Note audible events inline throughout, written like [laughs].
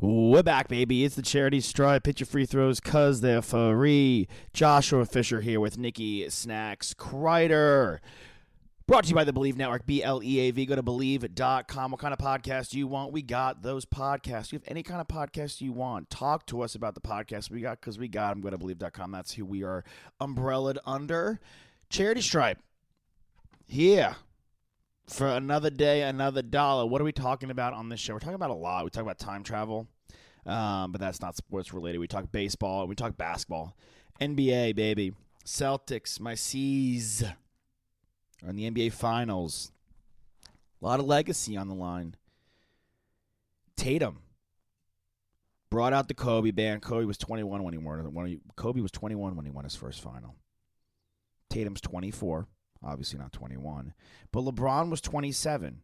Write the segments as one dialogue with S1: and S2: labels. S1: We're back, baby. It's the charity stripe. Pitch your free throws because they're free. Joshua Fisher here with Nikki Snacks Kreider. Brought to you by the Believe Network, B L E A V. Go to believe.com. What kind of podcast do you want? We got those podcasts. You have any kind of podcast you want. Talk to us about the podcast we got because we got them. Go to believe.com. That's who we are umbrellaed under. Charity stripe. Yeah for another day, another dollar. What are we talking about on this show? We're talking about a lot. We talk about time travel, um, but that's not sports related. We talk baseball and we talk basketball. NBA, baby. Celtics, my C's are in the NBA Finals. A lot of legacy on the line. Tatum brought out the Kobe band. Kobe was 21 when he won. When he, Kobe was 21 when he won his first final. Tatum's 24 obviously not 21, but LeBron was 27.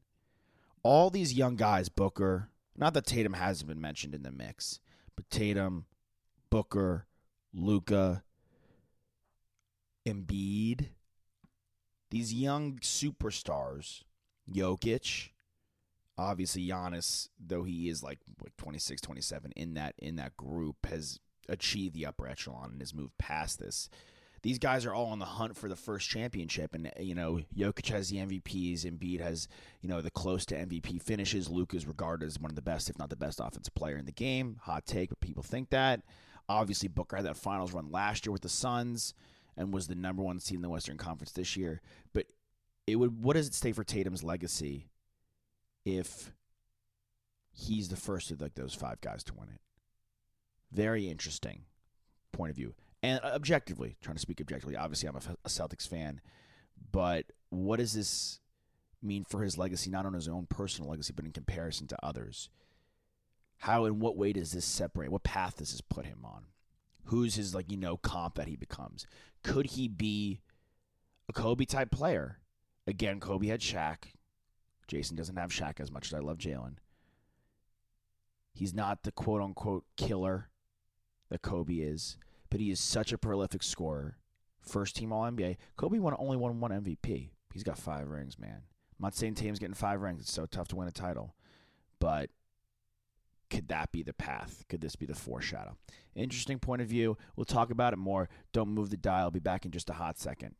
S1: All these young guys, Booker, not that Tatum hasn't been mentioned in the mix, but Tatum, Booker, Luca, Embiid, these young superstars, Jokic, obviously Giannis, though he is like like 26, 27 in that in that group has achieved the upper echelon and has moved past this these guys are all on the hunt for the first championship. And you know, Jokic has the MVPs, Embiid has you know the close to MVP finishes. Luke is regarded as one of the best, if not the best, offensive player in the game. Hot take, but people think that. Obviously, Booker had that finals run last year with the Suns and was the number one seed in the Western Conference this year. But it would what does it say for Tatum's legacy if he's the first of like those five guys to win it? Very interesting point of view and uh, objectively trying to speak objectively obviously i'm a, a celtics fan but what does this mean for his legacy not on his own personal legacy but in comparison to others how in what way does this separate what path does this put him on who's his like you know comp that he becomes could he be a kobe type player again kobe had Shaq. jason doesn't have Shaq as much as i love jalen he's not the quote unquote killer that kobe is but he is such a prolific scorer. First team All NBA. Kobe won only won one MVP. He's got five rings, man. I'm not saying Tatum's getting five rings. It's so tough to win a title, but could that be the path? Could this be the foreshadow? Interesting point of view. We'll talk about it more. Don't move the dial. I'll be back in just a hot second.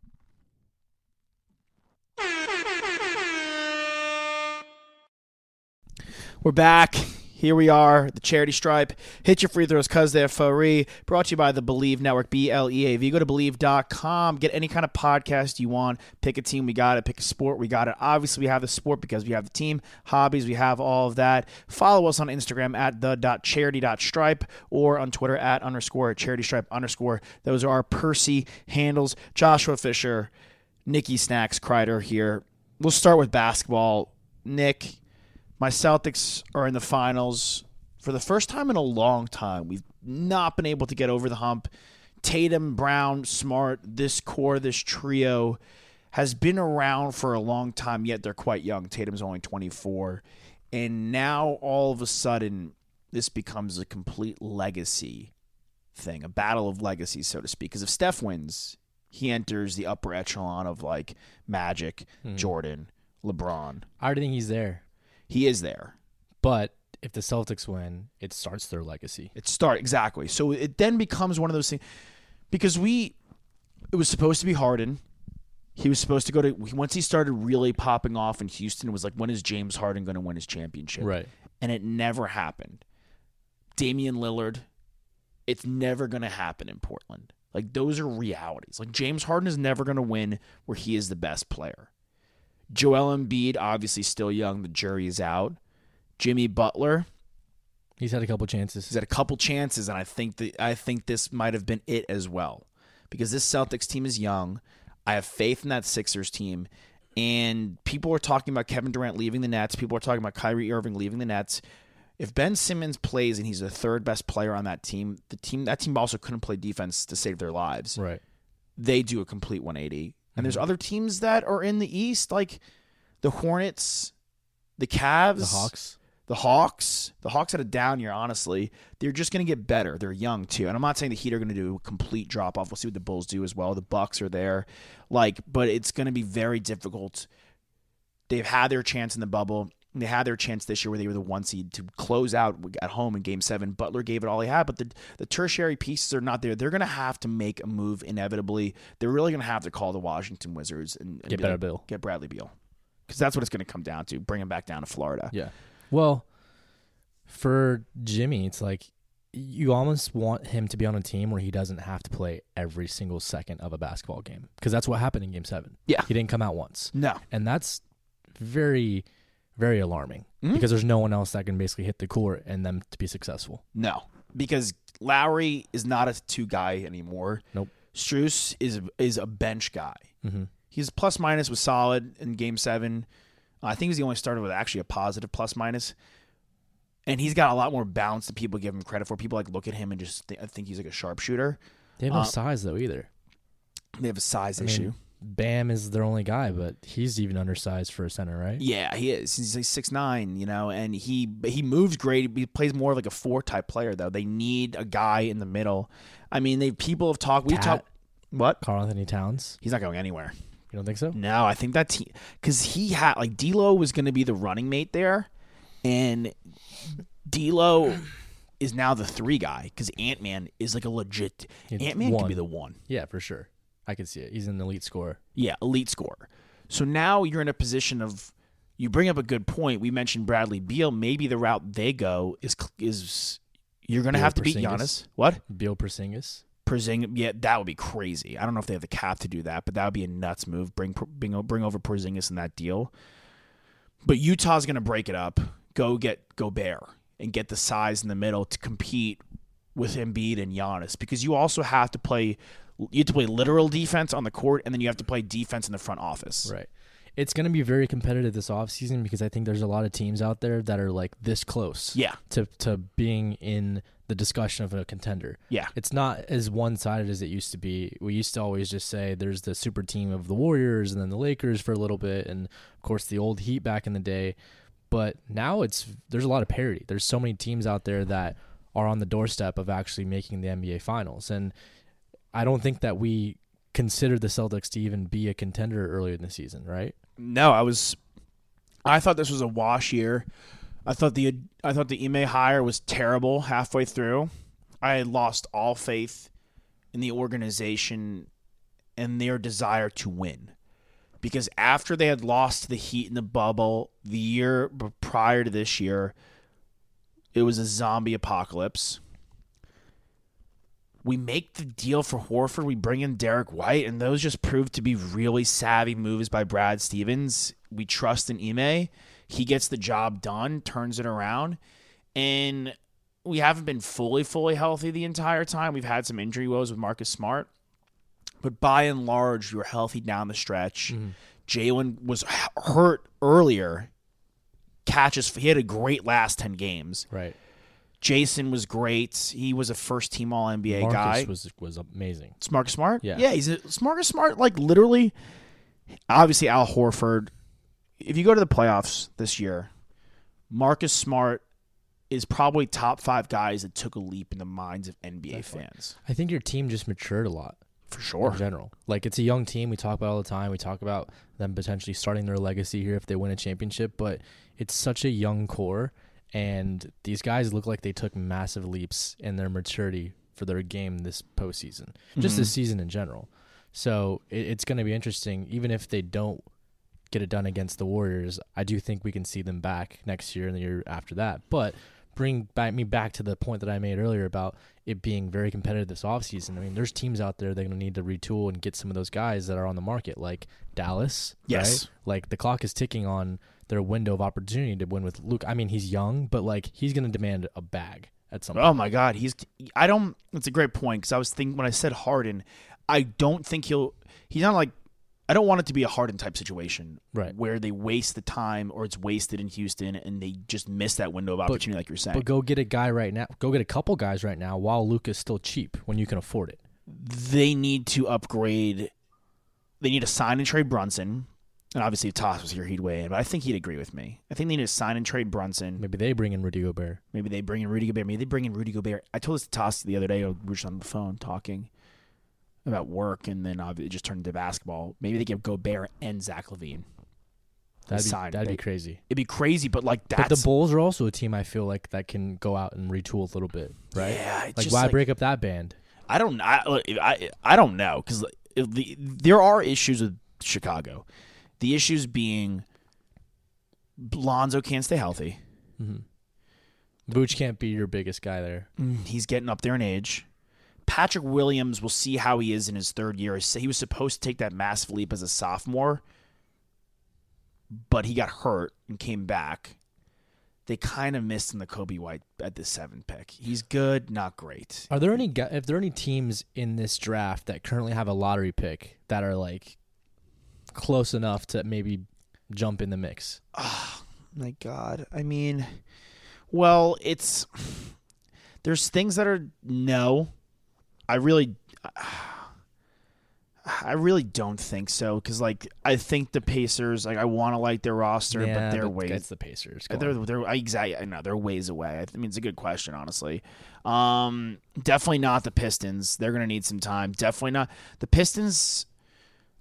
S1: We're back. Here we are, the charity stripe. Hit your free throws because they're free. Brought to you by the Believe Network, B L E A V. Go to believe.com. Get any kind of podcast you want. Pick a team, we got it. Pick a sport, we got it. Obviously, we have the sport because we have the team, hobbies, we have all of that. Follow us on Instagram at the.charity.stripe or on Twitter at underscore charity stripe underscore. Those are our Percy handles. Joshua Fisher, Nikki Snacks, Kreider here. We'll start with basketball. Nick, my Celtics are in the finals for the first time in a long time. We've not been able to get over the hump. Tatum, Brown, Smart, this core, this trio has been around for a long time, yet they're quite young. Tatum's only 24. And now all of a sudden, this becomes a complete legacy thing, a battle of legacies, so to speak. Because if Steph wins, he enters the upper echelon of like Magic, Jordan, LeBron.
S2: I already think he's there.
S1: He is there.
S2: But if the Celtics win, it starts their legacy.
S1: It start exactly. So it then becomes one of those things because we it was supposed to be Harden. He was supposed to go to once he started really popping off in Houston. It was like when is James Harden going to win his championship?
S2: Right.
S1: And it never happened. Damian Lillard, it's never going to happen in Portland. Like those are realities. Like James Harden is never going to win where he is the best player. Joel Embiid, obviously still young, the jury is out. Jimmy Butler,
S2: He's had a couple chances.
S1: He's had a couple chances, and I think that I think this might have been it as well, because this Celtics team is young. I have faith in that Sixers team, and people are talking about Kevin Durant leaving the Nets. People are talking about Kyrie Irving leaving the Nets. If Ben Simmons plays and he's the third best player on that team, the team that team also couldn't play defense to save their lives.
S2: Right. Mm-hmm.
S1: They do a complete 180. And there's other teams that are in the East, like the Hornets, the Cavs,
S2: The Hawks.
S1: the Hawks, the Hawks had a down year, honestly. They're just going to get better. They're young too, and I'm not saying the Heat are going to do a complete drop off. We'll see what the Bulls do as well. The Bucks are there, like, but it's going to be very difficult. They've had their chance in the bubble. They had their chance this year where they were the one seed to close out at home in Game Seven. Butler gave it all he had, but the the tertiary pieces are not there. They're going to have to make a move inevitably. They're really going to have to call the Washington Wizards and, and be
S2: Get better
S1: like,
S2: Bill.
S1: get Bradley Beal, because that's what it's going to come down to. Bring him back down to Florida.
S2: Yeah. Well, for Jimmy, it's like you almost want him to be on a team where he doesn't have to play every single second of a basketball game because that's what happened in Game Seven.
S1: Yeah. Mm.
S2: He didn't come out once,
S1: No.
S2: and that's very, very alarming
S1: Mm.
S2: because there's no one else that can basically hit the court and them to be successful.
S1: No, because Lowry is not a two guy anymore.
S2: Nope.
S1: Struess is is a bench guy.
S2: Mhm.
S1: His plus minus was solid in Game Seven. Uh, I think he's the only starter with actually a positive plus minus, and he's got a lot more bounce than people give him credit for. People like look at him and just th- think he's like a sharpshooter.
S2: They have no
S1: Uh,
S2: size though either.
S1: They have a size
S2: I mean,
S1: issue.
S2: Bam is their only guy, but he's even undersized for a center, right?
S1: Yeah, he is. He's like six nine, you know, and he but he moves great. He plays more of like a four type player though. They need a guy in the middle. I mean, they people have talked. We
S2: Tat.
S1: talked. What?
S2: Carl Anthony Towns.
S1: He's not going anywhere.
S2: You don't think so?
S1: No, I think that team because he had like D'Lo was going to be the running mate there, and D'Lo is now the three guy because Ant Man is like a legit
S2: He's
S1: Ant Man could
S2: one.
S1: be the one.
S2: Yeah, for sure. I could see it. He's an elite scorer.
S1: Yeah, elite scorer. So now you're in a position of you bring up a good point. We mentioned Bradley Beal. Maybe the route they go is is you're going to
S2: Beal
S1: have to beat
S2: Porzingis?
S1: Giannis. What?
S2: Bill Porzingis.
S1: Porzingis, yeah, that would be crazy. I don't know if they have the cap to do that, but that would be a nuts move. Bring bring, bring over Porzingis in that deal. But Utah's going to break it up. Go get Gobert and get the size in the middle to compete with Embiid and Giannis because you also have to play. You have to play literal defense on the court, and then you have to play defense in the front office.
S2: Right. It's going to be very competitive this offseason because I think there's a lot of teams out there that are like this close
S1: Yeah,
S2: to, to being in the discussion of a contender.
S1: yeah,
S2: It's not as one sided as it used to be. We used to always just say there's the super team of the Warriors and then the Lakers for a little bit, and of course the old Heat back in the day. But now it's there's a lot of parity. There's so many teams out there that are on the doorstep of actually making the NBA Finals, and I don't think that we considered the Celtics to even be a contender earlier in the season, right?
S1: No, I was. I thought this was a wash year. I thought the I thought the Ime hire was terrible halfway through. I had lost all faith in the organization and their desire to win, because after they had lost to the Heat in the bubble the year b- prior to this year, it was a zombie apocalypse. We make the deal for Horford. We bring in Derek White, and those just proved to be really savvy moves by Brad Stevens. We trust in Ime. He gets the job done, turns it around, and we haven't been fully, fully healthy the entire time. We've had some injury woes with Marcus Smart, but by and large, we were healthy down the stretch. Jalen was h- hurt earlier. Catches. He had a great last ten games.
S2: Right.
S1: Jason was great. He was a first team All NBA
S2: Marcus
S1: guy.
S2: was was amazing.
S1: Smart Smart.
S2: Yeah.
S1: yeah, he's a Smart Smart. Like literally, obviously Al Horford. If you go to the playoffs this year, Marcus Smart is probably top five guys that took a leap in the minds of NBA fans
S2: I think your team just matured a lot.
S1: for sure.
S2: in general. Like it's a young team. We talk about it all the time. We talk about them potentially starting their legacy here if they win a championship. But it's such a young core, and these guys look like they took massive leaps in their maturity for their game this postseason, just this season in general. So it, it's going to be interesting, even if they don't get it done against the Warriors. I do think we can see them back next year and the year after that. But bring back me back to the point that I made earlier about it being very competitive this offseason. I mean, there's teams out there that are going to need to retool and get some of those guys that are on the market, like Dallas.
S1: Yes.
S2: right? Like the clock is ticking on their window of opportunity to win with Luke. I mean, he's young, but like he's going to demand a bag at some point.
S1: Oh my God, he's. I don't. It's a great point because I was thinking when I said Harden, I don't think he'll. He's not like I don't want it to be a Harden type situation,
S2: Right.
S1: Where they waste the time or it's wasted in Houston and they just miss that window of opportunity, like you're saying.
S2: But go get a guy right now. Go get a couple guys right now while Luke is still cheap when you can afford it.
S1: they need to upgrade. They need to sign and trade Brunson, and obviously if Toss was here, he'd weigh in. But I think he'd agree with me. I think they need to sign and trade Brunson.
S2: Maybe they bring in Rudy Gobert.
S1: Maybe they bring in Rudy Gobert. Maybe they bring in Rudy Gobert. I told this to Toss the other day. We were just on the phone talking about work, and then obvi- it just turned into basketball. Maybe they give Gobert and Zach Levine.
S2: That'd be,
S1: Sign,
S2: that'd be
S1: babe.
S2: crazy.
S1: It'd be crazy, but like that's
S2: but the Bulls are also a team I feel like that can go out and retool a little bit, right?
S1: Yeah, it's
S2: like
S1: just
S2: why
S1: like-
S2: break up that band?
S1: I don't I I, I don't know because the, there are issues with Chicago. The issues being Lonzo can't stay healthy.
S2: Booch can't be your biggest guy there.
S1: He's getting up there in age. Patrick Williams, we'll see how he is in his third year. He was supposed to take that massive leap as a sophomore, but he got hurt and came back. They kind of missed in the Kobe White at the seventh pick. He's good, not great.
S2: Are there any gu- if there are any teams in this draft that currently have a lottery pick that are like close enough to maybe jump in the mix?
S1: my god i mean well it's there's things that are no i really i really don't think so because like i think the pacers like i want to like their roster but they're way
S2: it's the Pacers. Go
S1: they're
S2: on.
S1: they're I exactly I know they're ways away. I mean, it's a good question, honestly. Um, definitely not the Pistons. They're gonna need some time. Definitely not the Pistons.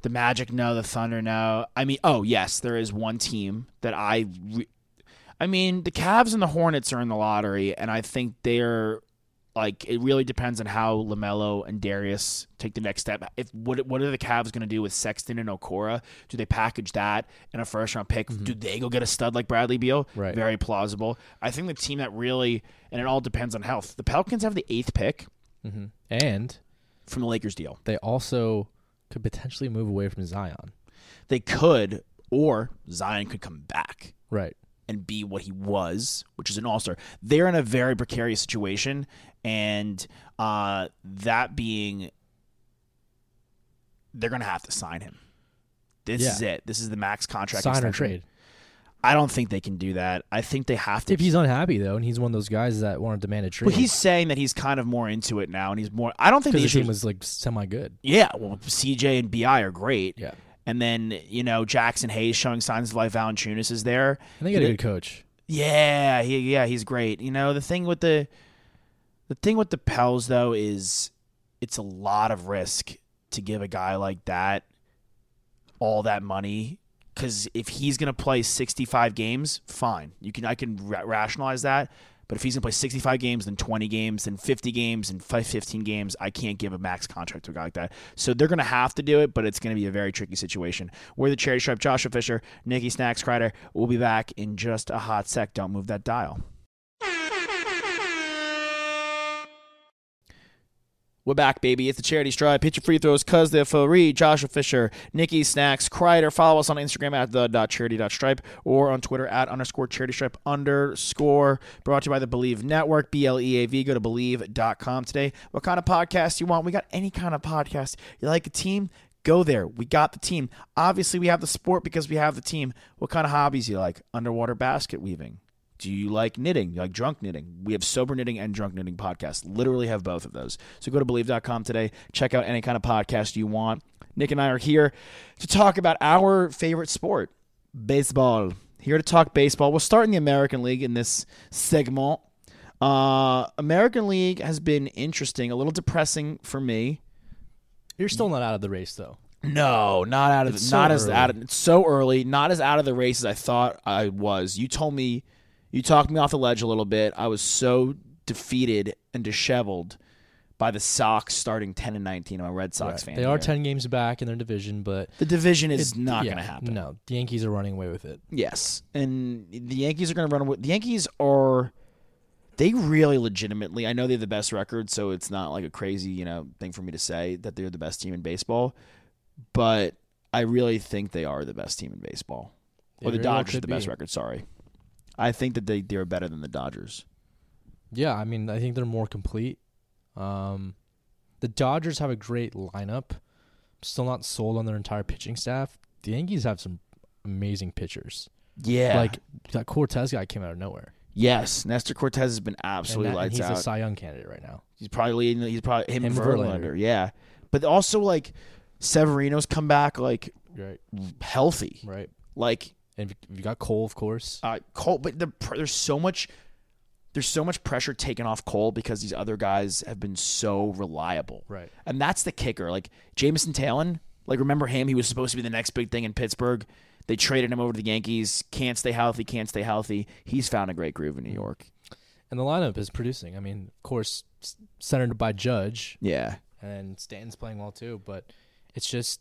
S1: The Magic, no. The Thunder, no. I mean, oh yes, there is one team that I. Re- I mean, the Cavs and the Hornets are in the lottery, and I think they're like it really depends on how Lamelo and Darius take the next step. If what what are the Cavs going to do with Sexton and Okora? Do they package that in a first round pick? Do they go get a stud like Bradley Beal?
S2: Right.
S1: Very plausible. I think the team that really and it all depends on health. The Pelicans have the eighth pick
S2: Mhm. And
S1: from the Lakers deal.
S2: they also could potentially move away from Zion.
S1: They could or Zion could come back.
S2: Right.
S1: and be what he was, which is an all star. They're in a very precarious situation, and uh, that being, they're going to have to sign him. This
S2: Yeah.
S1: is it. This is the max contract.
S2: Sign or
S1: extension.
S2: trade.
S1: I don't think they can do that. I think they have to.
S2: If he's unhappy though, and he's one of those guys that want to demand a trade,
S1: but he's saying that he's kind of more into it now, and he's more. I don't think
S2: because
S1: the issue
S2: the team was like semi good.
S1: Yeah, well, CJ and Bi are great.
S2: Yeah.
S1: And then you know Jackson Hayes showing signs of life. Valanciunas is there.
S2: And they got a good coach.
S1: Yeah, he, yeah, he's great. You know, the thing with the the thing with the Pels though is it's a lot of risk to give a guy like that all that money cuz if he's going to play 65 games, fine. You can I can ra- rationalize that. But if he's going to play 65 games, then 20 games, then 50 games, and fi- 15 games, I can't give a max contract to a guy like that. So they're going to have to do it, but it's going to be a very tricky situation. We're the Charity Stripe, Joshua Fisher, Nikki Snacks Crider. We'll be back in just a hot sec. Don't move that dial. We're back, baby. It's the Charity Stripe. Hit your free throws, cuz they're for read. Joshua Fisher, Nikki Snacks, Kreider. Follow us on Instagram at the dot charity dot stripe or on Twitter at underscore charity stripe underscore. Brought to you by the Believe Network, B L E A V. Go to believe.com today. What kind of podcast you want? We got any kind of podcast. You like a team? Go there. We got the team. Obviously, we have the sport because we have the team. What kind of hobbies you like? Underwater basket weaving. Do you like knitting? You like drunk knitting? We have sober knitting and drunk knitting podcasts. Literally have both of those. So go to believe.com today. Check out any kind of podcast you want. Nick and I are here to talk about our favorite sport, baseball. Here to talk baseball. We'll start in the American League in this segment. Uh, American League has been interesting, a little depressing for me.
S2: You're still not out of the race though.
S1: No, not out of
S2: It's
S1: the,
S2: so
S1: not as
S2: early.
S1: out of, it's so early, not as out of the race as I thought I was. You told me you talked me off the ledge a little bit. I was so defeated and disheveled by the Sox starting 10 and 19. I'm a Red Sox fan.
S2: They
S1: here.
S2: are ten games back in their division, but
S1: The division is not
S2: yeah,
S1: going to happen.
S2: No, the Yankees are running away with it.
S1: Yes. And the Yankees are going to run away. The Yankees are they really legitimately I know they have the best record, so it's not like a crazy, you know, thing for me to say that they're the best team in baseball, but I really think they are the best team in baseball.
S2: They
S1: or the
S2: very well
S1: Dodgers are
S2: could
S1: the best
S2: be.
S1: record, sorry. I think that they they're better than the Dodgers.
S2: Yeah, I mean, I think they're more complete. Um, the Dodgers have a great lineup, still not sold on their entire pitching staff. The Yankees have some amazing pitchers.
S1: Yeah.
S2: Like that Cortez guy came out of nowhere.
S1: yes, Nestor Cortez has been
S2: And
S1: absolutely
S2: that- and
S1: lights
S2: he's
S1: out.
S2: a Cy Young candidate right now.
S1: He's probably leading. He's probably him,
S2: Him
S1: and
S2: and
S1: Verlander.
S2: Verlander.
S1: Yeah, but also like Severino's come back like
S2: Right.
S1: healthy.
S2: Right.
S1: Like
S2: And if you got Cole, of course.
S1: uh, Cole, but the, pr- there's so much. There's so much pressure taken off Cole because these other guys have been so reliable.
S2: Right.
S1: And that's the kicker. Like Jameson Talon, like remember him? He was supposed to be the next big thing in Pittsburgh. They traded him over to the Yankees. Can't stay healthy. Can't stay healthy. He's found a great groove in New York.
S2: And the lineup is producing. I mean, of course, s- centered by Judge,
S1: Yeah.
S2: and Stanton's playing well too. But it's just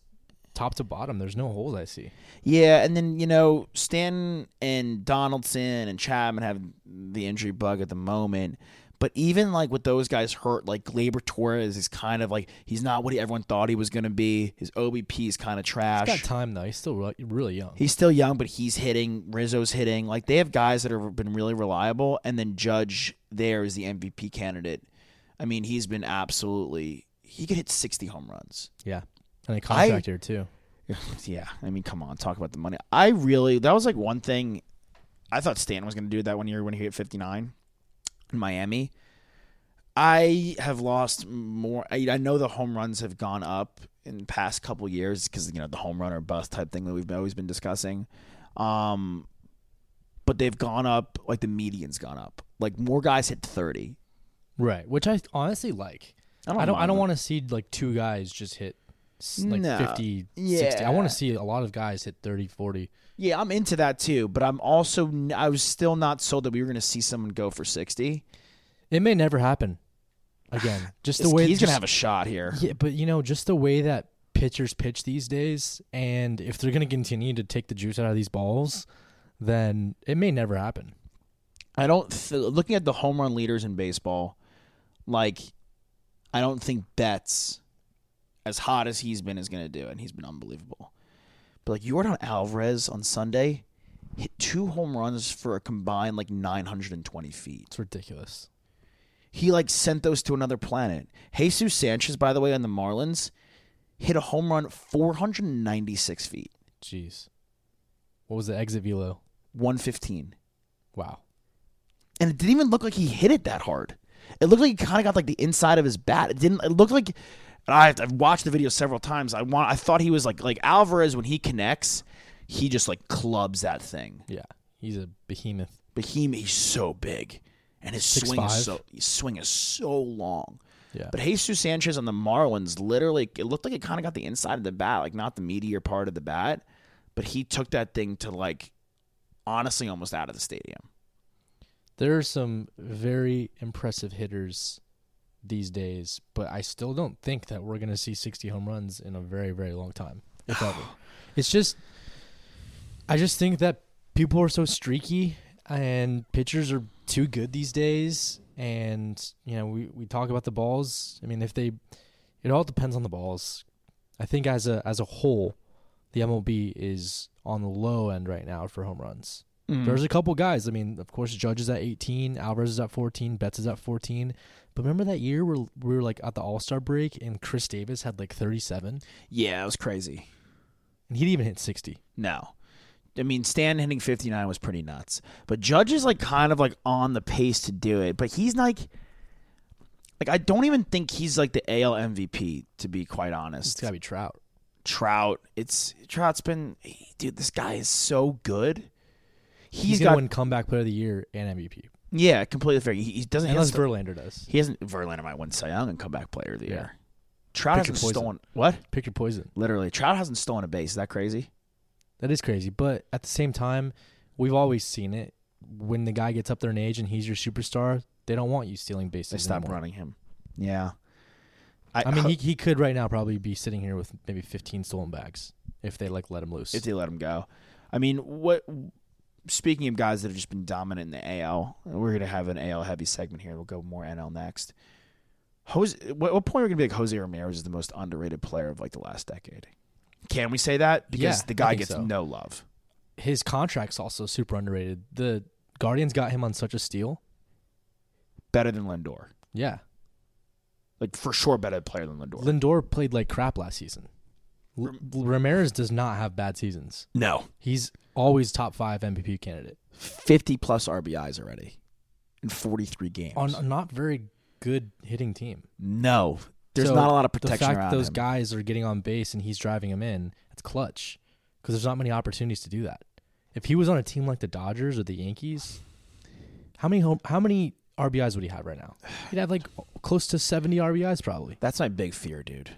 S2: top to bottom. There's no holes I see.
S1: Yeah, and then you know Stanton and Donaldson and Chapman have the injury bug at the moment, but even like with those guys hurt, like Glaber Torres is kind of like he's not what everyone thought he was going to be. His OBP is kind of trash.
S2: He's got time though. He's still re- really young.
S1: He's still young, but he's hitting. Rizzo's hitting. Like they have guys that have been really reliable, and then Judge there is the MVP candidate. I mean, he's been absolutely. He could hit sixty home runs.
S2: yeah, and a contract here too.
S1: [laughs] yeah, I mean, come on, talk about the money. I really that was like one thing. I thought Stan was going to do that one year when he hit 59 in Miami. I have lost more. I, I know the home runs have gone up in the past couple years because you know the home run or bust type thing that we've always been discussing. Um, but they've gone up. Like the median's gone up. Like more guys hit 30.
S2: Right, which I honestly like.
S1: I don't
S2: I don't. I
S1: mind
S2: don't
S1: that.
S2: want to see like two guys just hit s- like
S1: No.
S2: 50, 60.
S1: Yeah.
S2: I want to see a lot of guys hit 30, 40.
S1: Yeah, I'm into that too. But I'm also n- I was still not sold that we were going to see someone go for 60.
S2: It may
S1: [sighs]
S2: never happen again. Just the way
S1: he's gonna
S2: just-
S1: have a shot here.
S2: Yeah, but you know, just the way that pitchers pitch these days, and if they're going to continue to take the juice out of these balls, then it may never happen.
S1: I don't th- looking at the home run leaders in baseball, like I don't think Betts, as hot as he's been, is gonna do, it, and he's been unbelievable. But like Jordan Alvarez on Sunday hit two home runs for a combined like 920 feet.
S2: It's ridiculous.
S1: He like sent those to another planet. Jesus Sanchez, by the way, on the Marlins, hit a home run 496 feet,
S2: Jeez. What was the exit velo?
S1: 115.
S2: Wow.
S1: and it didn't even look like he hit it that hard. It looked like he kind of got like the inside of his bat. It didn't. It looked like. And I, I've watched the video several times. I want. I thought he was like like Alvarez when he connects, he just like clubs that thing.
S2: Yeah. He's a behemoth.
S1: But he he's so big, and his
S2: Six
S1: swing
S2: five?
S1: is so his swing is so long.
S2: Yeah.
S1: But Jesus Sanchez on the Marlins, literally, it looked like it kind of got the inside of the bat, like not the meteor part of the bat, but he took that thing to like, honestly, almost out of the stadium.
S2: There are some very impressive hitters these days, but I still don't think that we're going to see 60 home runs in a very, very long time. If ever. It's just, I just think that people are so streaky and pitchers are too good these days. And, you know, we, we talk about the balls. I mean, if they, it all depends on the balls. I think as a, as a whole, the MLB is on the low end right now for home runs.
S1: Mm-hmm.
S2: There's a couple guys. I mean, of course, Judge is at 18, Alvarez is at 14, Betts is at 14. But remember that year where we were like at the All Star break and Chris Davis had like 37,
S1: Yeah, it was crazy.
S2: and he'd even hit 60.
S1: No. I mean, Stan hitting 59 was pretty nuts. But Judge is like kind of like on the pace to do it. But he's like, like I don't even think he's like the AL MVP to be quite honest.
S2: It's gotta be Trout.
S1: Trout, it's Trout's been, dude. This guy is so good.
S2: He's,
S1: he's
S2: gonna
S1: got
S2: win comeback player of the year and MVP,
S1: yeah, completely fair. He, he doesn't. He,
S2: unless
S1: has
S2: Verlander does.
S1: he hasn't. Verlander might win Cy Young and comeback player of the
S2: Yeah.
S1: year. Trout
S2: Pick your
S1: hasn't
S2: poison.
S1: stolen what?
S2: Pick your poison.
S1: Literally, Trout hasn't stolen a base. Is that crazy?
S2: That is crazy, but at the same time, we've always seen it. When the guy gets up there in age and he's your superstar, they don't want you stealing bases.
S1: They stopped
S2: anymore.
S1: running him. Yeah.
S2: I mean, he, he could right now probably be sitting here with maybe 15 stolen bags if they like let him loose.
S1: if they let him go. I mean, what? Speaking of guys that have just been dominant in the AL, we're gonna have an AL heavy segment here. We'll go more NL next. Jose, what, what point are we gonna be like Jose Ramirez is the most underrated player of like the last decade? Can we say that? Because
S2: Yeah,
S1: the
S2: I
S1: guy
S2: think
S1: gets
S2: so.
S1: no love.
S2: his contract's also super underrated. The Guardians got him on such a steal.
S1: Better than Lindor,
S2: Yeah.
S1: like for sure, better player than Lindor.
S2: Lindor played like crap last season. L- Ramirez does not have bad seasons.
S1: No,
S2: He's always top five MVP candidate
S1: fifty plus RBIs already in forty three games.
S2: on a not very good hitting team.
S1: no, there's
S2: So
S1: not a lot of protection
S2: The fact
S1: around
S2: that those
S1: him.
S2: guys are getting on base and he's driving them in, it's clutch because there's not many opportunities to do that. If he was on a team like the Dodgers or the Yankees, how many home, how many RBIs would he have right now? He'd have like close to 70 RBIs probably.
S1: That's my big fear, dude.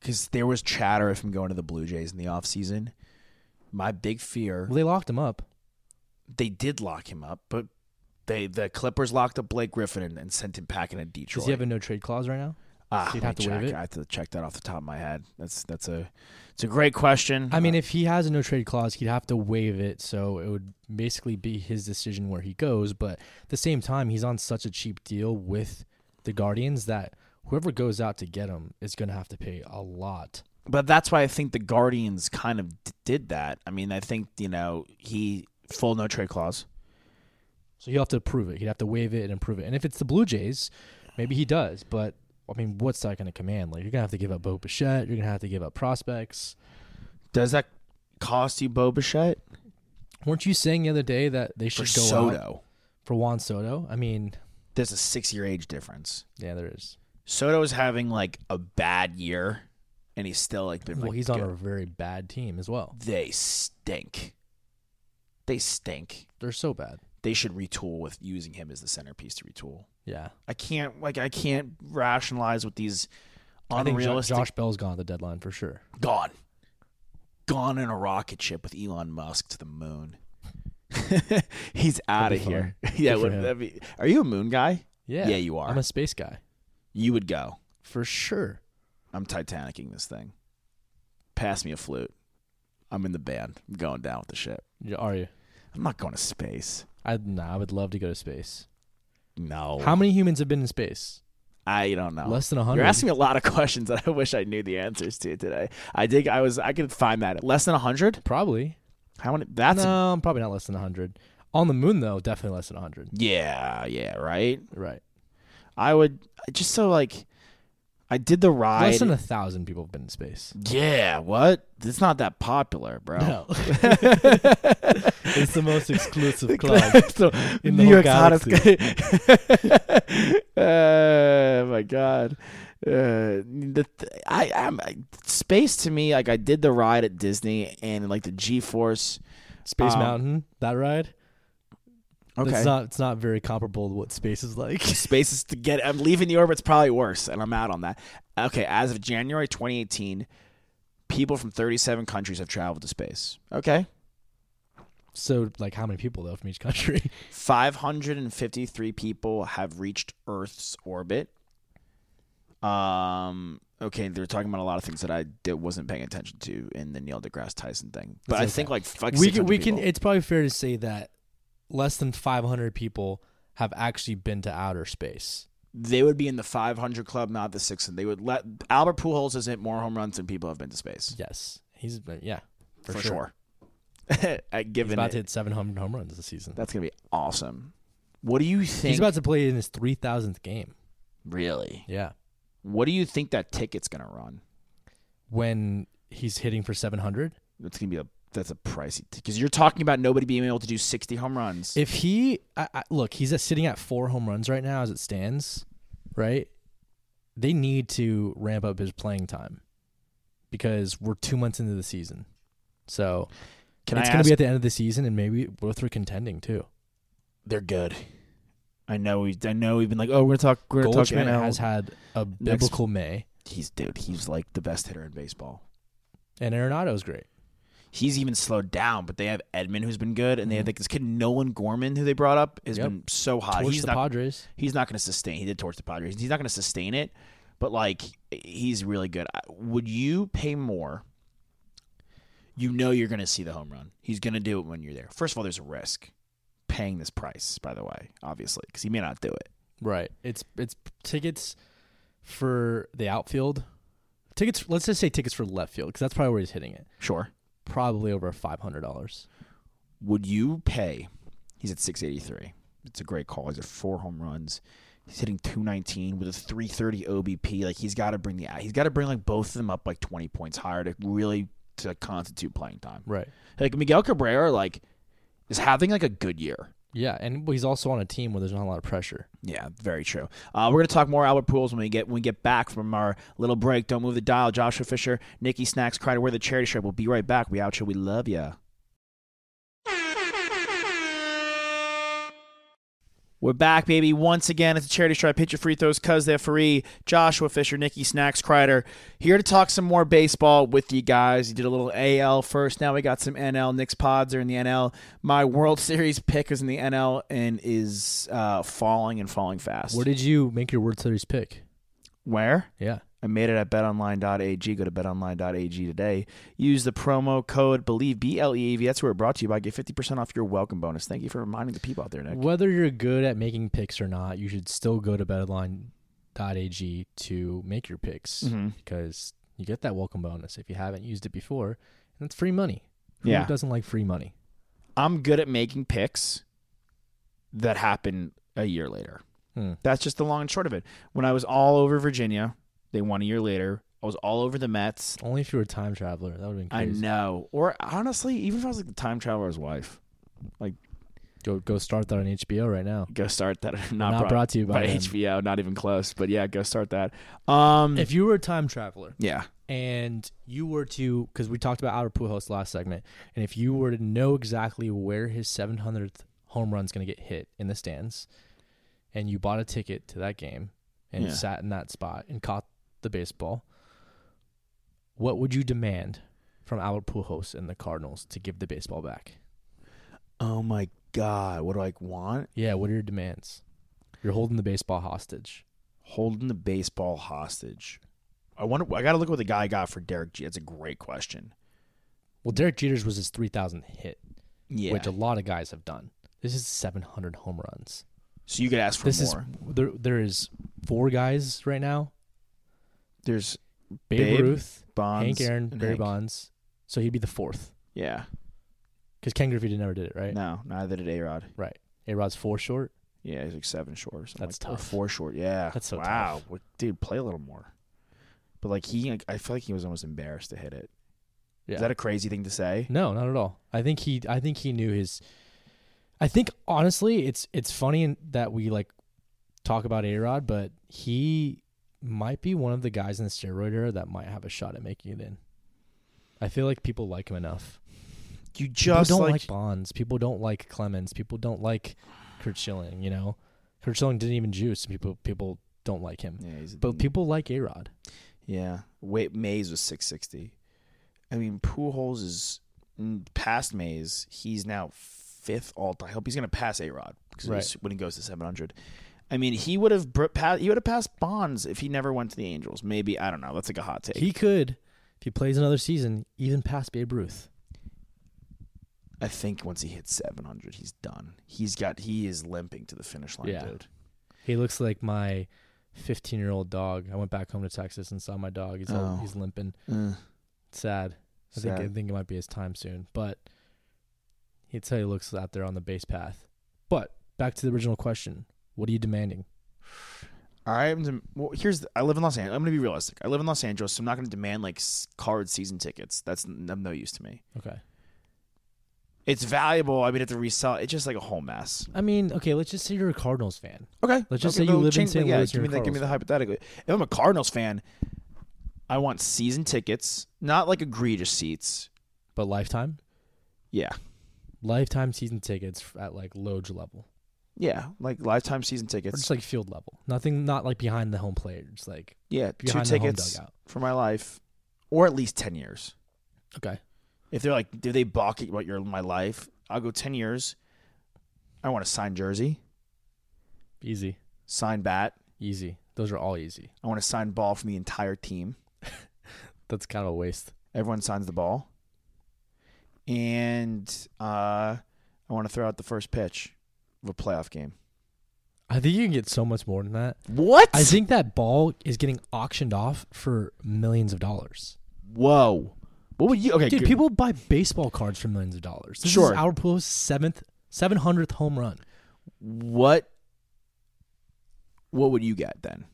S1: Because there was chatter of him going to the Blue Jays in the offseason. My big fear,
S2: Well, they locked him up.
S1: they did lock him up, but they the Clippers locked up Blake Griffin and, and sent him packing to Detroit.
S2: Does he have a no trade clause right now?
S1: Ah,
S2: He'd
S1: let
S2: have
S1: me
S2: to waive
S1: check.
S2: it?
S1: I have to check that off the top of my head. That's that's a it's a great question.
S2: I mean,
S1: Uh,
S2: if he has a no trade clause, he'd have to waive it, so it would basically be his decision where he goes. But at the same time, he's on such a cheap deal with the Guardians that whoever goes out to get him is going to have to pay a lot.
S1: but that's why I think the Guardians kind of d- did that. I mean, I think you know he full no trade clause.
S2: So he'll have to prove it. He'd have to waive it and improve it. And if it's the Blue Jays, maybe he does. But I mean, what's that going to command? Like you're going to have to give up Bo Bichette. You're going to have to give up prospects.
S1: Does that cost you Bo Bichette
S2: Weren't you saying the other day that they should
S1: for
S2: go out
S1: Soto?
S2: for Juan Soto? I mean,
S1: There's a six year age difference.
S2: yeah, there is.
S1: Soto's having like a bad year, and he's still like been.
S2: Well,
S1: like,
S2: he's on
S1: good.
S2: a very bad team as well.
S1: They stink. They stink.
S2: They're so bad.
S1: They should retool with using him as the centerpiece to retool.
S2: Yeah.
S1: I can't like I can't rationalize with these
S2: I think Jo-
S1: unrealistic
S2: Josh Bell's gone at the deadline for sure.
S1: gone, gone in a rocket ship with Elon Musk to the moon. [laughs] He's out of
S2: That'd
S1: here.
S2: be
S1: [laughs]
S2: fun.
S1: yeah,
S2: Good for
S1: would
S2: him.
S1: that be? Are you a moon guy?
S2: Yeah.
S1: Yeah, you are.
S2: I'm a space guy
S1: You would go.
S2: for sure.
S1: I'm Titanicing this thing. Pass me a flute. I'm in the band. I'm going down with the ship.
S2: Y- Are you?
S1: I'm not going to space.
S2: I nah, I would love to go to space.
S1: No.
S2: How many humans have been in space?
S1: I don't know.
S2: Less than
S1: You're
S2: 100.
S1: asking me a lot of [laughs] questions that I wish I knew the answers to today. I dig. I was. I could find that less than hundred.
S2: Probably.
S1: How many? That's a-
S2: no, I'm probably not less than 100. On the moon though, definitely less than 100.
S1: yeah, yeah, right.
S2: Right.
S1: I would just so like I did the ride.
S2: Less than a 1000 people have been in space.
S1: yeah, what? It's not that popular, bro. [laughs]
S2: [laughs] it's the most
S1: [laughs]
S2: exclusive club.
S1: so,
S2: In the
S1: New
S2: whole
S1: York's hottest. [laughs] oh my god. Uh, the th- I am space to me like I did the ride at Disney and like the G-force.
S2: Space
S1: Um,
S2: Mountain, that ride.
S1: Okay.
S2: It's not it's not very comparable to what space is
S1: [laughs]
S2: like. [laughs]
S1: space is to get I'm leaving the orbit's probably worse and I'm out on that. Okay, as of January 2018, people from 37 countries have traveled to space. Okay.
S2: so like how many people though from each country?
S1: 553 people have reached Earth's orbit. Um okay, they're talking about a lot of things that I did, wasn't paying attention to in the Neil deGrasse Tyson thing. But
S2: It's
S1: I
S2: okay.
S1: think [laughs] like fuck
S2: we can,
S1: 600
S2: we can
S1: people.
S2: it's probably fair to say that less than 500 people have actually been to outer space
S1: they would be in the 500 club, not the 600. They would let Albert Pujols has hit more home runs than people have been to space.
S2: yes he's been yeah
S1: for,
S2: for,
S1: sure. [laughs] At
S2: he's
S1: given
S2: about
S1: it-
S2: to hit 700 home runs this season
S1: That's gonna be awesome. What do you think?
S2: he's about to play in his 3000th game
S1: really.
S2: yeah
S1: What do you think that ticket's gonna run?
S2: when he's hitting for 700
S1: That's gonna be a that's a pricey because you're talking about nobody being able to do 60 home runs.
S2: if he I, I, look he's at sitting at four home runs right now as it stands right they need to ramp up his playing time because we're two months into the season so
S1: Can
S2: it's
S1: I
S2: going
S1: ask?
S2: to be at the end of the season and maybe both are contending too
S1: they're good. I know. We I know. We've been like, oh, we're gonna talk. We're gonna talk
S2: Goldschmidt
S1: NL.
S2: has had a biblical May,
S1: he's dude. He's like the best hitter in baseball.
S2: and Arenado's great.
S1: He's even slowed down, but they have Edmund, who's been good, and they have like this kid Nolan Gorman, who they brought up, has
S2: Mm-hmm. Yep.
S1: been so hot.
S2: Torched
S1: Uh, he's
S2: the
S1: not
S2: Padres.
S1: he's not going to sustain. He did torch the Padres. He's not going to sustain it, but like he's really good. I- Would you pay more? You know you're going to see the home run. He's going to do it when you're there. First of all, there's a risk paying this price, by the way, obviously, because he may not do it.
S2: Right. It's it's tickets for the outfield. Tickets. Let's just say tickets for left field because that's probably where he's hitting it.
S1: Sure.
S2: Probably over five hundred dollars.
S1: Would you pay? He's at 683. It's a great call. He's at four home runs. He's hitting 219 with a 330 OBP. Like he's got to bring the he's got to bring like both of them up like 20 points higher to really to constitute playing time.
S2: Right.
S1: Like Miguel Cabrera like is having like a good year.
S2: Yeah, and he's also on a team where there's not a lot of pressure.
S1: Yeah, very true. Uh, we're gonna talk more Albert Pools when we get when we get back from our little break. Don't move the dial. Joshua Fisher, Nikki Snacks, Crider, we're the charity shop. We'll be right back. We out you. We love ya. We're back, baby. Once again, it's a charity stripe. Hit your free throws because they're free. Joshua Fisher, Nikki Snacks, Kreider, here to talk some more baseball with you guys. You did a little AL first. Now we got some NL. Nick's pods are in the NL. My World Series pick is in the NL and is uh, falling and falling fast.
S2: Where did you make your World Series pick?
S1: Where?
S2: Yeah.
S1: I made it at betonline.ag. Go to betonline.ag today. Use the promo code BELIEVE, B L E E V. That's where we're brought to you by. Get 50% off your welcome bonus. Thank you for reminding the people out there, Nick.
S2: Whether you're good at making picks or not, you should still go to betonline.ag to make your picks
S1: Mm-hmm.
S2: because you get that welcome bonus if you haven't used it before, and it's free money. Who
S1: Yeah.
S2: doesn't like free money?
S1: I'm good at making picks that happen a year later.
S2: Hmm.
S1: That's just the long and short of it. When I was all over Virginia, they won a year later. I was all over the Mets.
S2: Only if you were a time traveler. That would have been
S1: I
S2: crazy.
S1: know. Or honestly, even if I was like the time traveler's wife,
S2: Go go start that on HBO right now.
S1: go start that. [laughs] Not,
S2: Not brought to you by them.
S1: HBO. Not even close. But yeah, go start that. Um,
S2: If you were a time traveler
S1: yeah.
S2: and you were to, because we talked about Albert Pujols last segment, and if you were to know exactly where his 700th home run's going to get hit in the stands, and you bought a ticket to that game and
S1: Yeah.
S2: sat in that spot and caught the baseball, what would you demand from Albert Pujols and the Cardinals to give the baseball back?
S1: Oh my god, what do I want?
S2: Yeah, what are your demands? You're holding the baseball hostage.
S1: Holding the baseball hostage. I wonder. I gotta look what the guy got for Derek G. That's a great question.
S2: Well, Derek Jeter's was his 3,000th hit.
S1: Yeah.
S2: which a lot of guys have done. This is 700 home runs.
S1: so you could ask for
S2: This
S1: more.
S2: is there. There is four guys right now:
S1: There's
S2: Babe,
S1: Babe,
S2: Ruth,
S1: Bonds.
S2: Hank Aaron,
S1: and
S2: Barry
S1: Hank.
S2: Bonds. So he'd be the fourth
S1: Yeah.
S2: because Ken Griffey never did it, right?
S1: No, neither did A Rod.
S2: Right. A Rod's four short.
S1: Yeah, he's like seven short. Or something
S2: That's
S1: like, or
S2: tough.
S1: four short. Yeah.
S2: That's so
S1: wow.
S2: tough.
S1: Wow. Dude, play a little more. But like he, like, I feel like he was almost embarrassed to hit it. Is
S2: Yeah.
S1: that a crazy thing to say?
S2: No, not at all. I think he I think he knew his I think honestly it's it's funny in- that we like talk about A-Rod, but he might be one of the guys in the steroid era that might have a shot at making it in. I feel like people like him enough.
S1: You
S2: People
S1: just
S2: don't like,
S1: like
S2: Bonds. People don't like Clemens. People don't like Kurt Schilling, you know. Kurt Schilling didn't even juice. People people don't like him.
S1: Yeah, he's a
S2: But people like A-Rod.
S1: Yeah. Wait, Mays was 660. I mean, Pujols is mm, past Mays. He's now fifth all time. I hope he's going to pass A Rod
S2: Right.
S1: when he goes to 700. I mean, he would have br- pa- he would have passed Bonds if he never went to the Angels. Maybe I don't know. That's like a hot take.
S2: He could if he plays another season even past Babe Ruth.
S1: I think once he hits 700, he's done. He's got he is limping to the finish line,
S2: Yeah.
S1: dude.
S2: He looks like my 15 year old dog. I went back home to Texas and saw my dog. He's
S1: Oh.
S2: all, he's limping.
S1: Uh,
S2: Sad. I think I
S1: Sad.
S2: think it might be his time soon. But he'd tell you looks out there on the base path. But back to the original question: What are you demanding?
S1: I am. dem- Well, here's. The, I live in Los Angeles. I'm gonna be realistic. I live in Los Angeles, so I'm not gonna demand like s- card season tickets. That's n- of no use to me.
S2: Okay.
S1: It's valuable. I mean, have to resell. It's just like a whole mess.
S2: I mean, okay. Let's just say you're a Cardinals fan.
S1: Okay.
S2: Let's just
S1: Okay,
S2: say
S1: no,
S2: you live in
S1: change-
S2: St.
S1: Yeah,
S2: Louis
S1: give me
S2: and you're
S1: the, give me the hypothetical. If I'm a Cardinals fan, I want season tickets, not like egregious seats.
S2: But lifetime,
S1: Yeah.
S2: lifetime season tickets f- at like Loge level
S1: Yeah, like lifetime season
S2: or
S1: tickets.
S2: just like field level. Nothing, not like behind the home plate. Just like
S1: yeah, two
S2: behind the home
S1: tickets
S2: dugout.
S1: for my life, or at least ten years.
S2: okay,
S1: If they're like, do they balk at what your my life? I'll go ten years. I want a signed jersey,
S2: easy,
S1: signed bat.
S2: easy. Those are all easy.
S1: I want a signed ball from the entire team.
S2: That's kind of a waste.
S1: Everyone signs the ball, and uh, I want to throw out the first pitch of a playoff game.
S2: I think you can get so much more than that.
S1: What?
S2: I think that ball is getting auctioned off for millions of dollars.
S1: Whoa. What would you? Okay,
S2: Dude,
S1: good.
S2: people buy baseball cards for millions of dollars. This
S1: Sure.
S2: is Albert Pujols' seventh, seven hundredth home run.
S1: What what would you get then?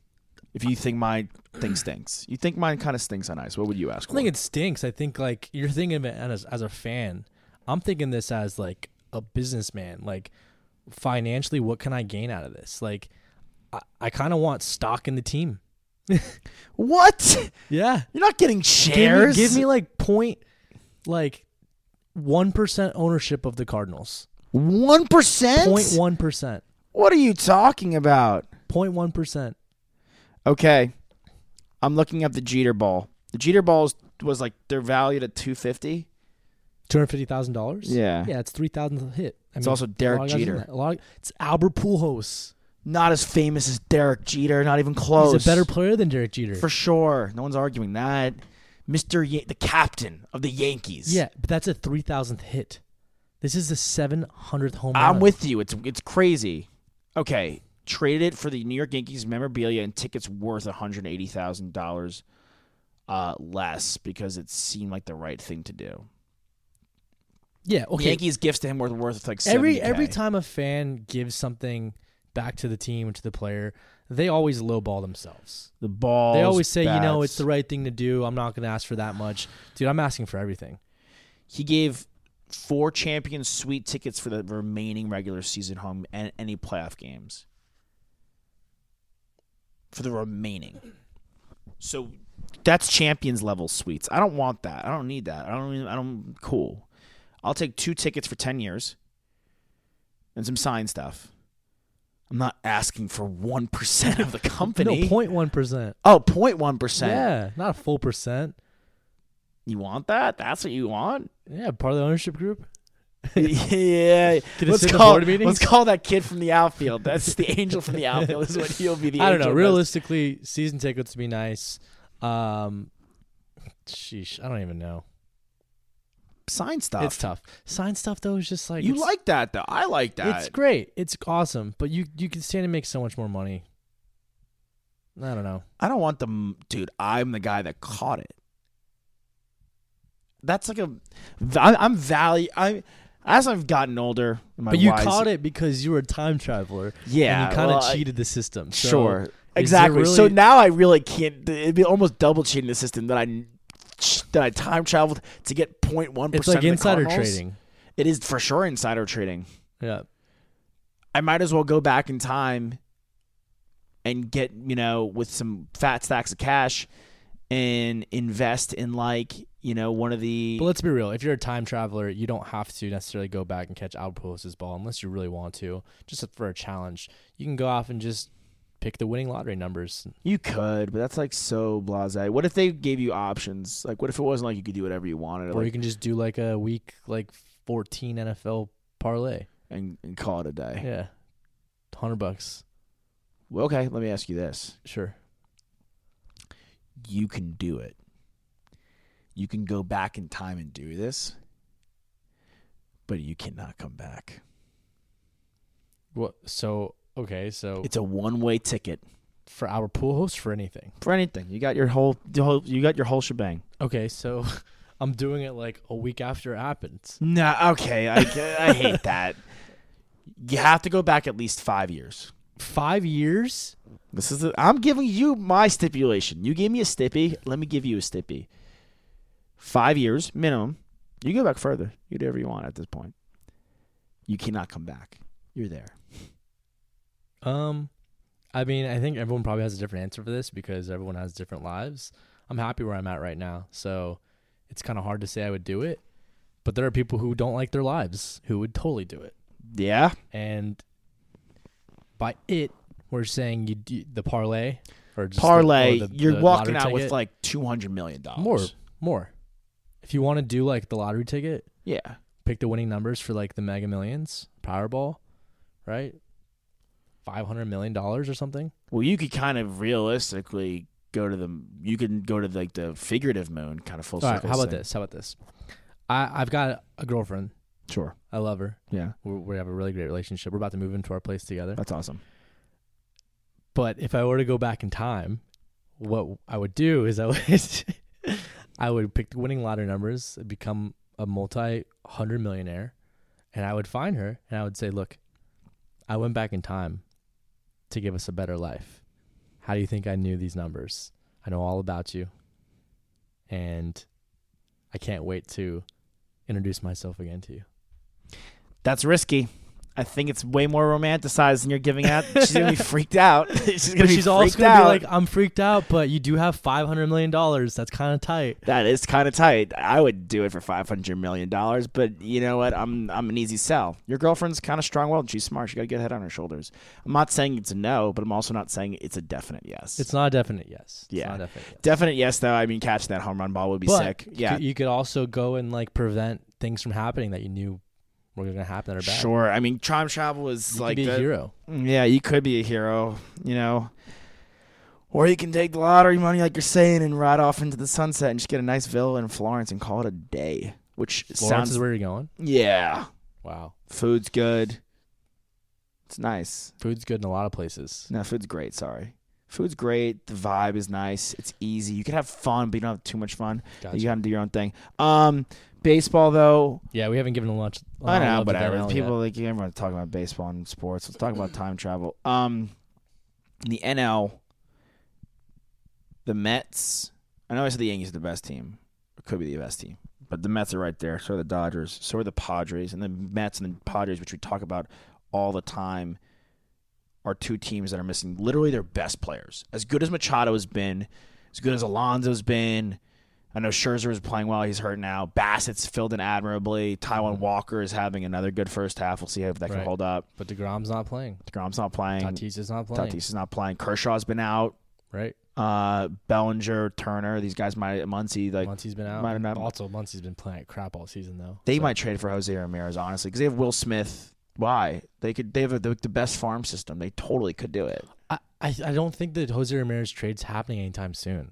S1: If you think my thing stinks, you think mine kind of stinks on ice. What would you ask?
S2: I think
S1: for?
S2: it stinks. I think like you're thinking of it as as a fan. I'm thinking this as like a businessman. Like financially, what can I gain out of this? Like I, I kind of want stock in the team.
S1: what? [laughs]
S2: Yeah.
S1: You're not getting
S2: Give me,
S1: shares.
S2: give me like point like one percent ownership of the Cardinals.
S1: one percent.
S2: Point one percent.
S1: What are you talking about?
S2: Point one percent.
S1: Okay, I'm looking up the Jeter Ball. The Jeter Balls was like they're valued at 250.
S2: Two hundred fifty thousand dollars.
S1: Yeah.
S2: yeah, it's three thousand hit. I
S1: It's also
S2: a lot
S1: Derek
S2: of guys in
S1: Jeter.
S2: that. A lot. Of, it's Albert Pujols.
S1: Not as famous as Derek Jeter. Not even close.
S2: He's a better player than Derek Jeter.
S1: for sure. No one's arguing that. Mister, Yan the captain of the Yankees.
S2: Yeah, but that's a three thousandth hit. This is the seven hundredth home run.
S1: I'm with you. It's it's crazy. Okay, traded it for the New York Yankees memorabilia and tickets worth one hundred eighty thousand uh, dollars uh, less because it seemed like the right thing to do.
S2: Yeah,
S1: The
S2: okay.
S1: Yankees gifts to him were worth like 70K.
S2: every every time a fan gives something back to the team or to the player, they always lowball themselves.
S1: the ball.
S2: They always say, you know, it's the right thing to do. I'm not going to ask for that much, dude. I'm asking for everything.
S1: He gave four champion suite tickets for the remaining regular season home and any playoff games. For the remaining. So that's champions level suites. I don't want that. I don't need that. I don't even- I don't cool. I'll take two tickets for 10 years and some signed stuff. I'm not asking for 1% of the company.
S2: [laughs] No, point one percent.
S1: Oh, 0.1%.
S2: Yeah, not a full percent.
S1: You want that? That's what you want?
S2: Yeah, part of the ownership group.
S1: [laughs]
S2: [laughs]
S1: yeah.
S2: Can it
S1: Let's
S2: sit in the
S1: call,
S2: board meetings?
S1: let's call that kid from the outfield. That's the angel from the
S2: [laughs]
S1: outfield. Is what he'll be. The
S2: I don't know.
S1: angel
S2: Realistically, season tickets would be nice. Um, sheesh, I don't even know.
S1: best. sign stuff.
S2: It's tough. Sign stuff though is just like
S1: You
S2: it's-
S1: like that though. I like that.
S2: It's great. It's awesome. But you you can stand and make so much more money. I don't know.
S1: I don't want the dude. I'm the guy that caught it. That's like a. I- I'm value. I as I've gotten older, my
S2: But you
S1: wise-
S2: caught it because you were a time traveler.
S1: Yeah,
S2: And you kind of
S1: well, I-
S2: cheated the system. So
S1: sure.
S2: is it
S1: Exactly. So
S2: really-
S1: now I really can't. It'd be almost double cheating the system that I that I time traveled to get 0.1 percent.
S2: it's like insider trading.
S1: It is for sure insider trading.
S2: Yeah.
S1: I might as well go back in time and get, you know, with some fat stacks of cash and invest in like, you know, one of the
S2: But let's be real. If you're a time traveler, you don't have to necessarily go back and catch Albert Pujols' ball unless you really want to, just for a challenge. You can go off and just pick the winning lottery numbers.
S1: you could, but that's like so blasé. What if they gave you options? Like what if it wasn't like you could do whatever you wanted
S2: Or you
S1: like,
S2: can just do like a week like 14 NFL parlay.
S1: and, and call it a day?
S2: Yeah. 100 bucks.
S1: Well, okay, let me ask you this.
S2: Sure.
S1: You can do it. You can go back in time and do this, but you cannot come back.
S2: What? So okay, so
S1: It's a one-way ticket.
S2: for our pool host for anything.
S1: for anything. You got your whole, the whole you got your whole shebang.
S2: Okay, so [laughs] I'm doing it like a week after it happens.
S1: No, okay, I, I hate that. You have to go back at least five years.
S2: Five years?
S1: This is the, I'm giving you my stipulation. You gave me a stippy. Let me give you a stippy. Five years minimum. You go back further. You do whatever you want at this point. You cannot come back. You're there.
S2: Um, I mean, I think everyone probably has a different answer for this because everyone has different lives. I'm happy where I'm at right now, so it's kind of hard to say I would do it. But there are people who don't like their lives who would totally do it.
S1: Yeah.
S2: And by it, we're saying you do the parlay or just the- or
S1: Parlay.
S2: the-
S1: you're
S2: the
S1: walking
S2: lottery
S1: out with
S2: ticket.
S1: like two hundred million dollars.
S2: more, more. If you want to do like the lottery ticket,
S1: Yeah.
S2: pick the winning numbers for like the Mega Millions, Powerball, right? Five hundred million dollars or something.
S1: Well, you could kind of realistically go to the you can go to like the figurative moon, kind of full
S2: All right,
S1: circle.
S2: how about
S1: thing.
S2: this? How about this? I I've got a girlfriend.
S1: Sure.
S2: I love her.
S1: Yeah,
S2: We're, we have a really great relationship. We're about to move into our place together.
S1: that's awesome.
S2: But if I were to go back in time, what I would do is I would [laughs] I would pick the winning lottery numbers, become a multi hundred millionaire, and I would find her and I would say, Look, I went back in time to give us a better life. How do you think I knew these numbers? I know all about you. And I can't wait to introduce myself again to you.
S1: That's risky. I think it's way more romanticized than you're giving
S2: [laughs]
S1: out. She's gonna be freaked out. [laughs] she's gonna
S2: But
S1: be
S2: she's
S1: freaked
S2: also gonna
S1: out.
S2: be like, "Ah." I'm freaked out, but you do have five hundred million dollars. That's kinda tight.
S1: that is kind of tight. I would do it for five hundred million dollars, but you know what? I'm I'm an easy sell. Your girlfriend's kind of strong-willed. She's smart. She got a good head on her shoulders. I'm not saying it's a no, but I'm also not saying it's a definite yes.
S2: It's not a definite yes. It's
S1: Yeah.
S2: not a definite yes.
S1: definite yes, though. I mean, catching that home run ball would be
S2: But
S1: sick.
S2: you
S1: Yeah,
S2: could- you could also go and like prevent things from happening that you knew were gonna happen that are bad.
S1: sure. I mean, time travel is
S2: You could
S1: like
S2: be a
S1: the-
S2: hero.
S1: Mm, Yeah, you could be a hero, you know. Or you can take the lottery money, like you're saying, and ride off into the sunset and just get a nice villa in Florence and call it a day. Which
S2: Florence
S1: sounds.
S2: is where you're going.
S1: yeah.
S2: Wow.
S1: Food's good. It's nice.
S2: Food's good in a lot of places.
S1: No, food's great. Sorry. Food's great. The vibe is nice. It's easy. You can have fun, but you don't have too much fun.
S2: Gotcha.
S1: You gotta do your own thing. Um, baseball though,
S2: Yeah, we haven't given a lunch.
S1: I know,
S2: love to
S1: whatever.
S2: Darnell yet.
S1: People like everyone's talking about baseball and sports. Let's talk about time travel. Um, the NL, the Mets. I know I said the Yankees are the best team. It could be the best team, but the Mets are right there. So are the Dodgers. So are the Padres, and the Mets and the Padres, which we talk about all the time, are two teams that are missing literally their best players. As good as Machado has been, as good as Alonso's been, I know Scherzer is playing well. He's hurt now. Bassett's filled in admirably. Taiwan Walker is having another good first half. We'll see if that can
S2: Mm-hmm. Right.
S1: hold up.
S2: But Degrom's not playing.
S1: Grom's not playing.
S2: Tatis is not playing.
S1: Tatis is not playing. Kershaw's been out.
S2: Right.
S1: Uh, Bellinger, Turner, these guys might Muncie like
S2: Muncie's been out.
S1: might have not-
S2: also, Muncie's been playing like crap all season though.
S1: they
S2: So,
S1: might trade for Jose Ramirez honestly because they have Will Smith. Why they could they have a, the, the best farm system. They totally could do it.
S2: I, I I don't think that Jose Ramirez trade's happening anytime soon.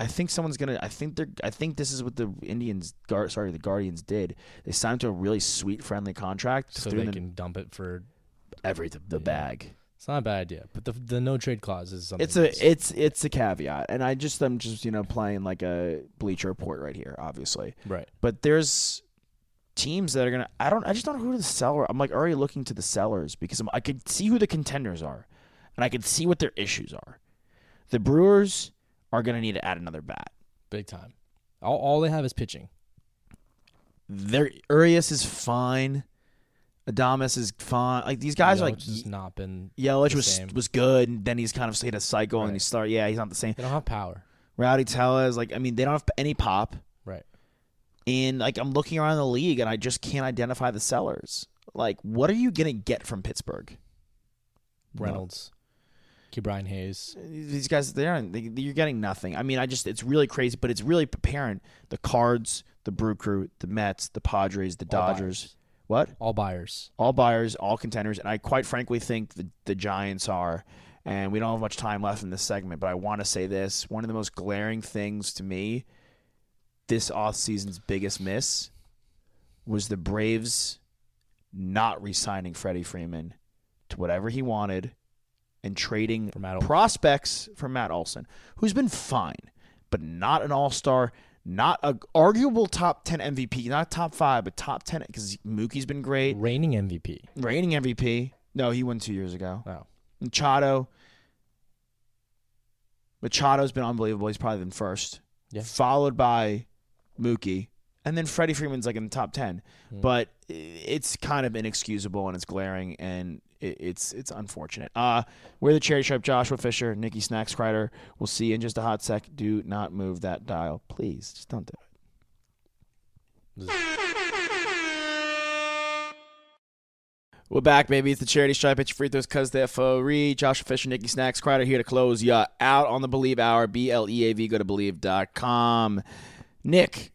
S1: I think someone's gonna. I think they're. I think this is what the Indians. Gar, sorry, the Guardians did. They signed him to a really sweet, friendly contract.
S2: So
S1: threw
S2: they
S1: in
S2: can dump it for.
S1: every the, the
S2: Yeah.
S1: bag.
S2: It's not a bad idea, but the the no trade clause is something.
S1: It's a
S2: that's-
S1: it's it's a caveat, and I just I'm just you know playing like a Bleacher Report right here, obviously.
S2: right.
S1: But there's teams that are gonna. I don't. I just don't know who the seller. I'm like already looking to the sellers because I'm, I could see who the contenders are, and I could see what their issues are. The Brewers are gonna need to add another bat.
S2: Big time. All, all they have is pitching.
S1: Their Urias is fine. Adamas is fine. Like these guys
S2: You know,
S1: are like
S2: it's just not been.
S1: Yelich
S2: the
S1: was
S2: same.
S1: was good, and then he's kind of hit a cycle, and
S2: Right.
S1: he started. Yeah, he's not the same.
S2: They don't have power.
S1: Rowdy Tellez, like I mean, they don't have any pop,
S2: Right.
S1: and like I'm looking around the league, and I just can't identify the sellers. Like, what are you gonna get from Pittsburgh?
S2: Reynolds. Key Brian Hayes.
S1: These guys, they aren't. They, you're getting nothing. I mean, I just it's really crazy, but it's really apparent. The Cards, the Brew Crew, the Mets, the Padres, the
S2: all
S1: Dodgers.
S2: buyers.
S1: What?
S2: All buyers.
S1: all buyers, all contenders, and I quite frankly think the, the Giants are. And we don't have much time left in this segment, but I want to say this. One of the most glaring things to me this offseason's biggest miss was the Braves not re signing Freddie Freeman to whatever he wanted and trading
S2: For Matt Olson.
S1: prospects for Matt Olson, who's been fine, but not an all star, not a arguable top 10 MVP, not top five, but top 10 because Mookie's been great
S2: Reigning MVP.
S1: reigning MVP. No, he won two years ago.
S2: Wow.
S1: Machado. Machado's been unbelievable. He's probably been first,
S2: Yeah.
S1: followed by Mookie, and then Freddie Freeman's like in the top ten. But i- it's kind of inexcusable and it's glaring and i- it's it's unfortunate. Uh, we're the Cherry Sharp, Joshua Fisher, Nikki Snackscrider. We'll see you in just a hot sec. Do not move that dial, please. Just don't do it. We're back, baby. It's the Charity Stripe. It's your free throws, cuz the FORE. Joshua Fisher, Nikki Snacks, Crider here to close ya out on the Believe Hour. B L E A V. Go to believe.com. Nick,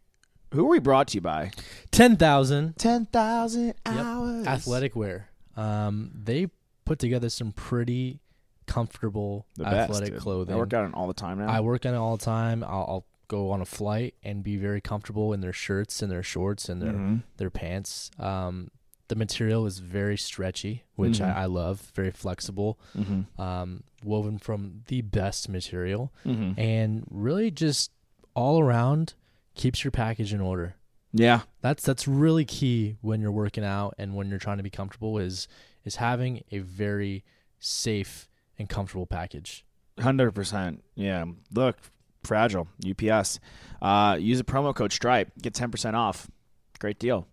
S1: who are we brought to you by?
S2: 10,000.
S1: 10,000
S2: Yep.
S1: hours.
S2: Athletic wear. Um, they put together some pretty comfortable
S1: The best,
S2: athletic
S1: dude.
S2: clothing.
S1: I work out on it all the time now.
S2: I work on it all the time. I'll, I'll go on a flight and be very comfortable in their shirts and their shorts and their
S1: Mhm.
S2: their pants. Um, the material is very stretchy, which
S1: Mhm.
S2: I, I love. Very flexible,
S1: Mhm.
S2: um, woven from the best material,
S1: Mhm.
S2: and really just all around keeps your package in order.
S1: Yeah.
S2: That's that's really key when you're working out and when you're trying to be comfortable is is having a very safe and comfortable package.
S1: Hundred percent. Yeah. Look, fragile UPS. Uh, use a promo code Stripe. Get ten percent off. Great deal.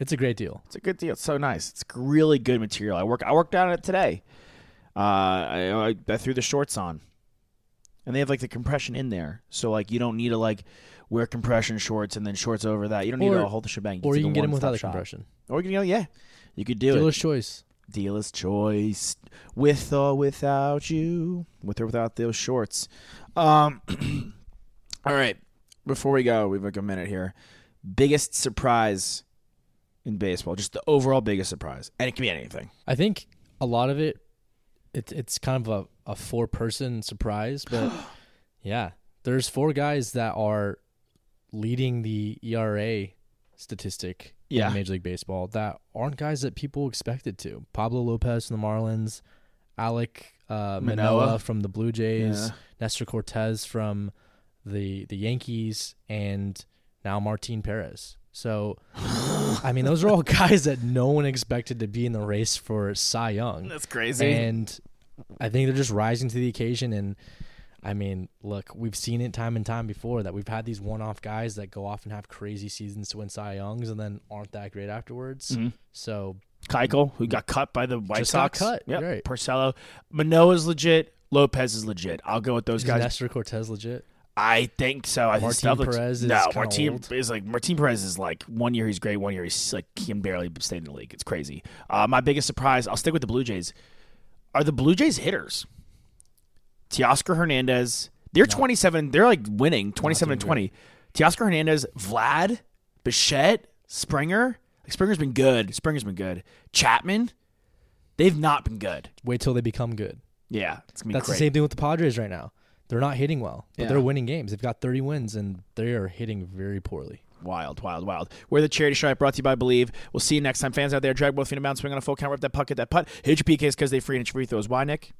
S2: It's a great deal.
S1: It's a good deal. It's so nice. It's really good material. I work. I worked on it today. Uh, I, I, I threw the shorts on, and they have like the compression in there, so like you don't need to like wear compression shorts and then shorts over that. You don't need
S2: Or-
S1: to hold the shebang.
S2: or
S1: do
S2: you
S1: the
S2: can get them
S1: one-stop
S2: without a
S1: shop.
S2: compression.
S1: Or you can go. Yeah, you could do
S2: Dealer's
S1: it.
S2: choice.
S1: Dealer's choice, with or without you, with or without those shorts. Um, [clears throat] all right. Before we go, we've like a minute here. Biggest surprise in baseball, just the overall biggest surprise, and it can be anything.
S2: I think a lot of it, it it's kind of a, a four person surprise,
S1: [gasps]
S2: but yeah, there's four guys that are leading the ERA statistic
S1: Yeah.
S2: in Major League Baseball that aren't guys that people expected to. Pablo Lopez from the Marlins, Alec uh, Manoa,
S1: Manoa.
S2: from the Blue Jays,
S1: Yeah.
S2: Nestor Cortez from the the Yankees, and now Martin Perez.
S1: [laughs]
S2: So, I mean, those are all guys that no one expected to be in the race for Cy Young.
S1: That's crazy.
S2: And I think they're just rising to the occasion. And I mean, look, we've seen it time and time before that we've had these one off guys that go off and have crazy seasons to win Cy Youngs and then aren't that great afterwards.
S1: Mm-hmm.
S2: So,
S1: Keuchel, who got cut by the White
S2: Just got
S1: Sox.
S2: cut,
S1: Yep.
S2: right.
S1: Porcello. Manoa's legit. Lopez is legit. I'll go with those
S2: is
S1: guys.
S2: Nestor Cortez legit?
S1: I think so. I think
S2: Martin
S1: Stubbs looks-
S2: Perez is
S1: no,
S2: kinda
S1: Martin
S2: old.
S1: is like Martin Perez is like one year he's great, one year he's like he can barely stay in the league. It's crazy. Uh, my biggest surprise, I'll stick with the Blue Jays. Are the Blue Jays hitters? Teoscar Hernandez. They're twenty seven. They're like winning twenty seven and twenty. Teoscar Hernandez, Vlad, Bichette, Springer. Like, Springer's been good. Springer's been good. Chapman. They've not been good.
S2: Wait till they become good.
S1: Yeah, it's gonna be
S2: That's
S1: great.
S2: the same thing with the Padres right now. They're not hitting well, but
S1: Yeah.
S2: they're winning games. They've got 30 wins and they are hitting very poorly.
S1: Wild, wild, wild. We're the Charity Stripe brought to you by Believe. We'll see you next time. Fans out there, drag both feet and bounce, swing on a full count, rip that puck, at that putt. Hit your PKs because they free and hit your free throws. Why, Nick?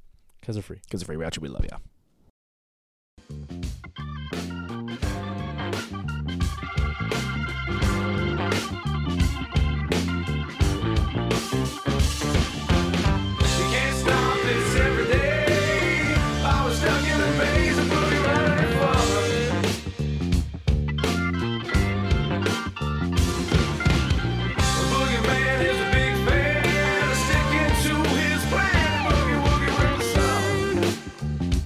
S2: Because they're free.
S1: Because they're free. We out you. We love you.
S3: You can't stop this every day. I was stuck in a maze and put it right in front of me. The boogeyman is a big fan. Sticking to his plan. Boogie woogie with the sun.